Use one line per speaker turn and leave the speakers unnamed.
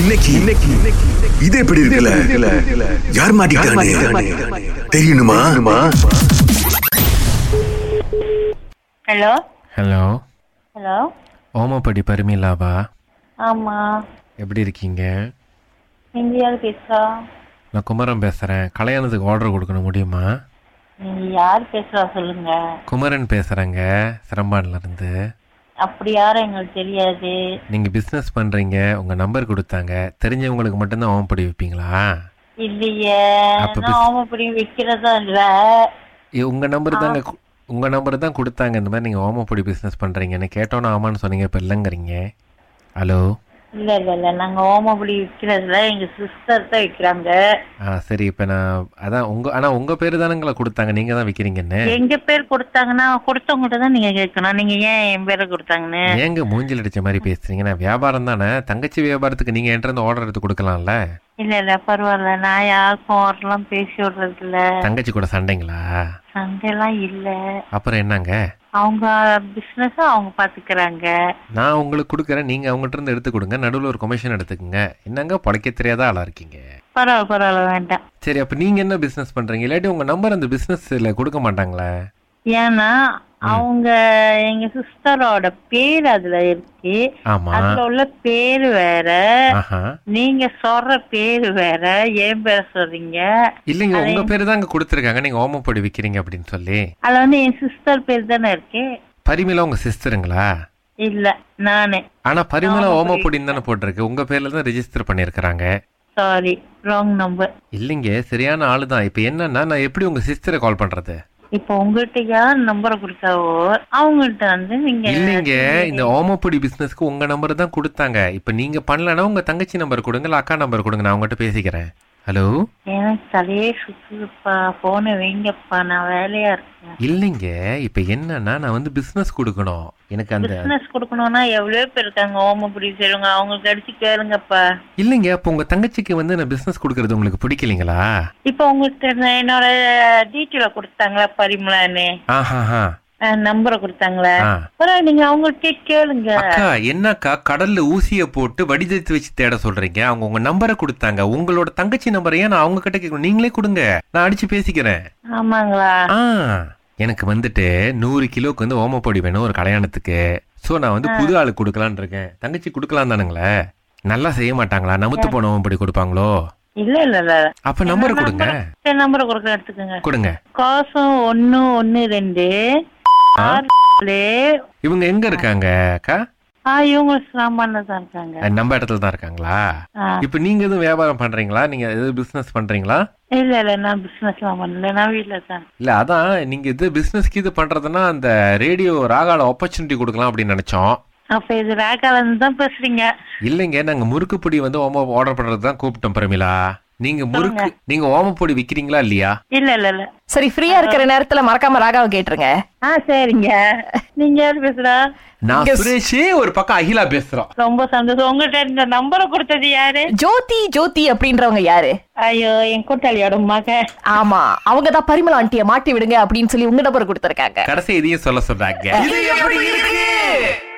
இன்னைக்கு இன்னைக்கு இது எப்படி இருக்குல்ல யார் மாட்டிக்கிட்டானே தெரியணுமா
ஹலோ
ஹலோ
ஹலோ
ஓமப்படி பருமிலாவா
ஆமா
எப்படி இருக்கீங்க
நீங்க யாரு பேசுறா
நான் குமரன் பேசுகிறேன் கல்யாணத்துக்கு ஆர்டர் கொடுக்கணும் முடியுமா
நீங்க யார் பேசுறா சொல்லுங்க
குமரன் பேசுகிறேங்க சிரம்பான்லேருந்து
அப்படி யாரும் எங்களுக்கு தெரியாது
நீங்கள் பிஸ்னஸ் பண்ணுறீங்க உங்கள் நம்பர் கொடுத்தாங்க தெரிஞ்சவங்களுக்கு மட்டும்தான் ஓமப்படி வைப்பீங்களா
இல்லையே
அப்ப
நான்
பேசு.
ஆமப்படி விக்கிறதா இல்ல
உங்கள் நம்பர் தாங்க கு- உங்க நம்பர் தான் கொடுத்தாங்க இந்த மாதிரி நீங்கள் ஓமப்படி பிஸ்னஸ் பண்ணுறீங்கன்னு கேட்டோன்னே ஆமான்னு சொன்னீங்க இப்போ இல்லைங்கிறீங்க ஹலோ
இல்ல இல்ல இல்ல நாங்க ஓமப்படி விக்கிறதுல எங்க சிஸ்டர் தான் விக்கிறாங்க
ஆ சரி இப்போ நான் அதான் உங்கள் ஆனால் உங்கள் பேர் தானுங்களா கொடுத்தாங்க நீங்கள் தான் விற்கிறீங்கன்னு
எங்க பேர் கொடுத்தாங்கன்னா கொடுத்தவங்ககிட்ட தான் நீங்க கேட்கணும் நீங்க ஏன் என் பேரை கொடுத்தாங்கன்னு
ஏங்க மூஞ்சில் அடிச்ச மாதிரி பேசுறீங்க நான் வியாபாரம் தானே தங்கச்சி வியாபாரத்துக்கு நீங்க என்கிட்ட இருந்து ஆர்டர் எடுத்து கொடுக்கலாம்ல
இல்ல இல்ல பரவாயில்ல நான் யாருக்கும் அவரெல்லாம் பேசி விடுறது இல்ல
தங்கச்சி கூட சண்டைங்களா
சண்டைலாம் இல்ல
அப்புறம் என்னங்க
அவங்க பிசினஸ் அவங்க பாத்துக்கறாங்க
நான் உங்களுக்கு கொடுக்குறேன் நீங்க அவங்ககிட்ட இருந்து எடுத்து கொடுங்க நடுவில் ஒரு கமிஷன் எடுத்துக்கங்க என்னங்க பழைக்க தெரியாத ஆளா இருக்கீங்க
பரவாயில்ல பரவாயில்ல வேண்டாம்
சரி அப்ப நீங்க என்ன பிசினஸ் பண்றீங்க இல்லாட்டி உங்க நம்பர் அந்த பிசினஸ்ல கொடுக்க மாட்டாங்களே
ஏன்னா அவங்க எங்க சிஸ்டரோட பேர் அதுல இருக்கு
ஆமா
அதுல உள்ள பேர் வேற
ஆஹா
நீங்க சொல்ற பேர் வேற என் பேர் சொல்றீங்க
இல்லைங்க உங்க பேரு தான் அங்க கொடுத்துருக்காங்க நீங்க ஓமப்பொடி விக்கிறீங்க அப்படின்னு சொல்லி
அதுல வந்து என் சிஸ்டர் பேர் தானே இருக்கு
பரிமளா உங்க சிஸ்டருங்களா
இல்ல நானே
ஆனா பரிமளா ஓமப்பொடின்னு தானே போட்டிருக்கு உங்க பேர்ல தான் ரெஜிஸ்டர் பண்ணியிருக்கிறாங்க
சாரி ராங் நம்பர்
இல்லைங்க சரியான ஆளு தான் இப்போ என்னன்னா நான் எப்படி உங்க சிஸ்டரை கால் பண்றது
இப்போ உங்ககிட்ட யார் நம்பரை கொடுத்தாவோ அவங்கள்ட்ட வந்து நீங்க
இல்லைங்க இந்த ஓமப்பொடி பிசினஸ்க்கு உங்க நம்பர் தான் கொடுத்தாங்க இப்போ நீங்க பண்ணலன்னா உங்க தங்கச்சி நம்பர் கொடுங்க இல்ல அக்கா நம்பர் கொடுங்க நான் உங்ககிட்ட பேசிக்கிறேன் ஹலோ
எனக்கு தலையே சுத்துதுப்பா போன வைங்கப்பா நான் வேலையா இருக்கேன்
இல்லைங்க இப்போ என்னன்னா நான் வந்து பிசினஸ் கொடுக்கணும் எனக்கு அந்த
பிசினஸ் கொடுக்கணும்னா எவ்வளவு பேர் இருக்காங்க ஓமபுரி செய்றவங்க அவங்களுக்கு அடிச்சு கேளுங்கப்பா
இல்லைங்க அப்போ உங்க தங்கச்சிக்கு வந்து நான் பிசினஸ் கொடுக்கறது உங்களுக்கு பிடிக்கலைங்களா
இப்போ உங்களுக்கு நான் என்னோட டீட்டெயில கொடுத்தாங்களா பரிமளான்னு
ஆஹாஹா
நம்பரை கொடுத்தாங்களா
ஆ.
பரவாயில்ல நீங்க அவங்கள்ட்ட கேளுங்க
அக்கா என்னக்கா கடல்ல ஊசியை போட்டு வடிதத்து வச்சு தேட சொல்றீங்க அவங்க உங்க நம்பரை கொடுத்தாங்க உங்களோட தங்கச்சி நம்பரை ஏன் நான் அவங்க கிட்ட கேட்கணும் நீங்களே கொடுங்க நான் அடிச்சு பேசிக்கிறேன்
ஆமாங்களா
ஆ எனக்கு வந்துட்டு நூறு கிலோக்கு வந்து ஓமப்பொடி வேணும் ஒரு கல்யாணத்துக்கு ஸோ நான் வந்து புது ஆளுக்கு கொடுக்கலான்னு இருக்கேன் தங்கச்சி கொடுக்கலாம் தானுங்களே நல்லா செய்ய மாட்டாங்களா நமுத்து போன ஓமப்பொடி கொடுப்பாங்களோ
இல்ல இல்ல இல்ல
அப்ப நம்பர் கொடுங்க
சரி நம்பரை கொடுக்க எடுத்துக்கோங்க
கொடுங்க
காசம் ஒன்னு ஒன்னு ரெண்டு ஆறு ஏழு.
இவங்க எங்க இருக்காங்க அக்கா
ஆ இவங்க சாமான்ல தான் இருக்காங்க
அஹ் நம்ம இடத்துல தான் இருக்காங்களா
ஆ.
இப்ப நீங்க எதுவும் வியாபாரம் பண்றீங்களா நீங்க எதுவும் பிசினஸ் பண்றீங்களா
இல்ல இல்ல நான் பிசினஸ்லாம் பண்ணல நான் வீட்ல தான்
இல்ல அதான் நீங்க இது பிசினஸ் இது பண்றதுன்னா அந்த ரேடியோ ராகால ஆப்பர்ச்சுனிட்டி கொடுக்கலாம் அப்படின்னு நினைச்சோம்
அப்ப இது ரேகாலந்து தான் பேசுறீங்க
இல்லைங்க நாங்க முறுக்கு பொடி வந்து ஓம ஆர்டர் பண்றதுக்கு தான் கூப்பிட்டோம் பிரமிளா நீங்க முறுக்கு நீங்க ஓம பொடி விக்கிறீங்களா இல்லையா
இல்ல இல்ல இல்ல
சரி ஃப்ரீயா இருக்கிற நேரத்துல மறக்காம ராகாவை கேட்டுருங்க
ஆ சரிங்க நீங்க யாரு பேசுறா
நான் சுரேஷே ஒரு பக்கம் அகிலா பேசுறோம்
ரொம்ப சந்தோஷம் உங்ககிட்ட இந்த நம்பரை கொடுத்தது யாரு
ஜோதி ஜோதி அப்படின்றவங்க யாரு
ஐயோ என் கூட்டாளியோட மக
ஆமா அவங்க தான் பரிமள ஆண்டிய மாட்டி விடுங்க அப்படின்னு சொல்லி உங்க நம்பர் கொடுத்திருக்காங்க
கடைசி இதையும் சொல்ல சொல்றாங்க இது எப்படி இருக்கு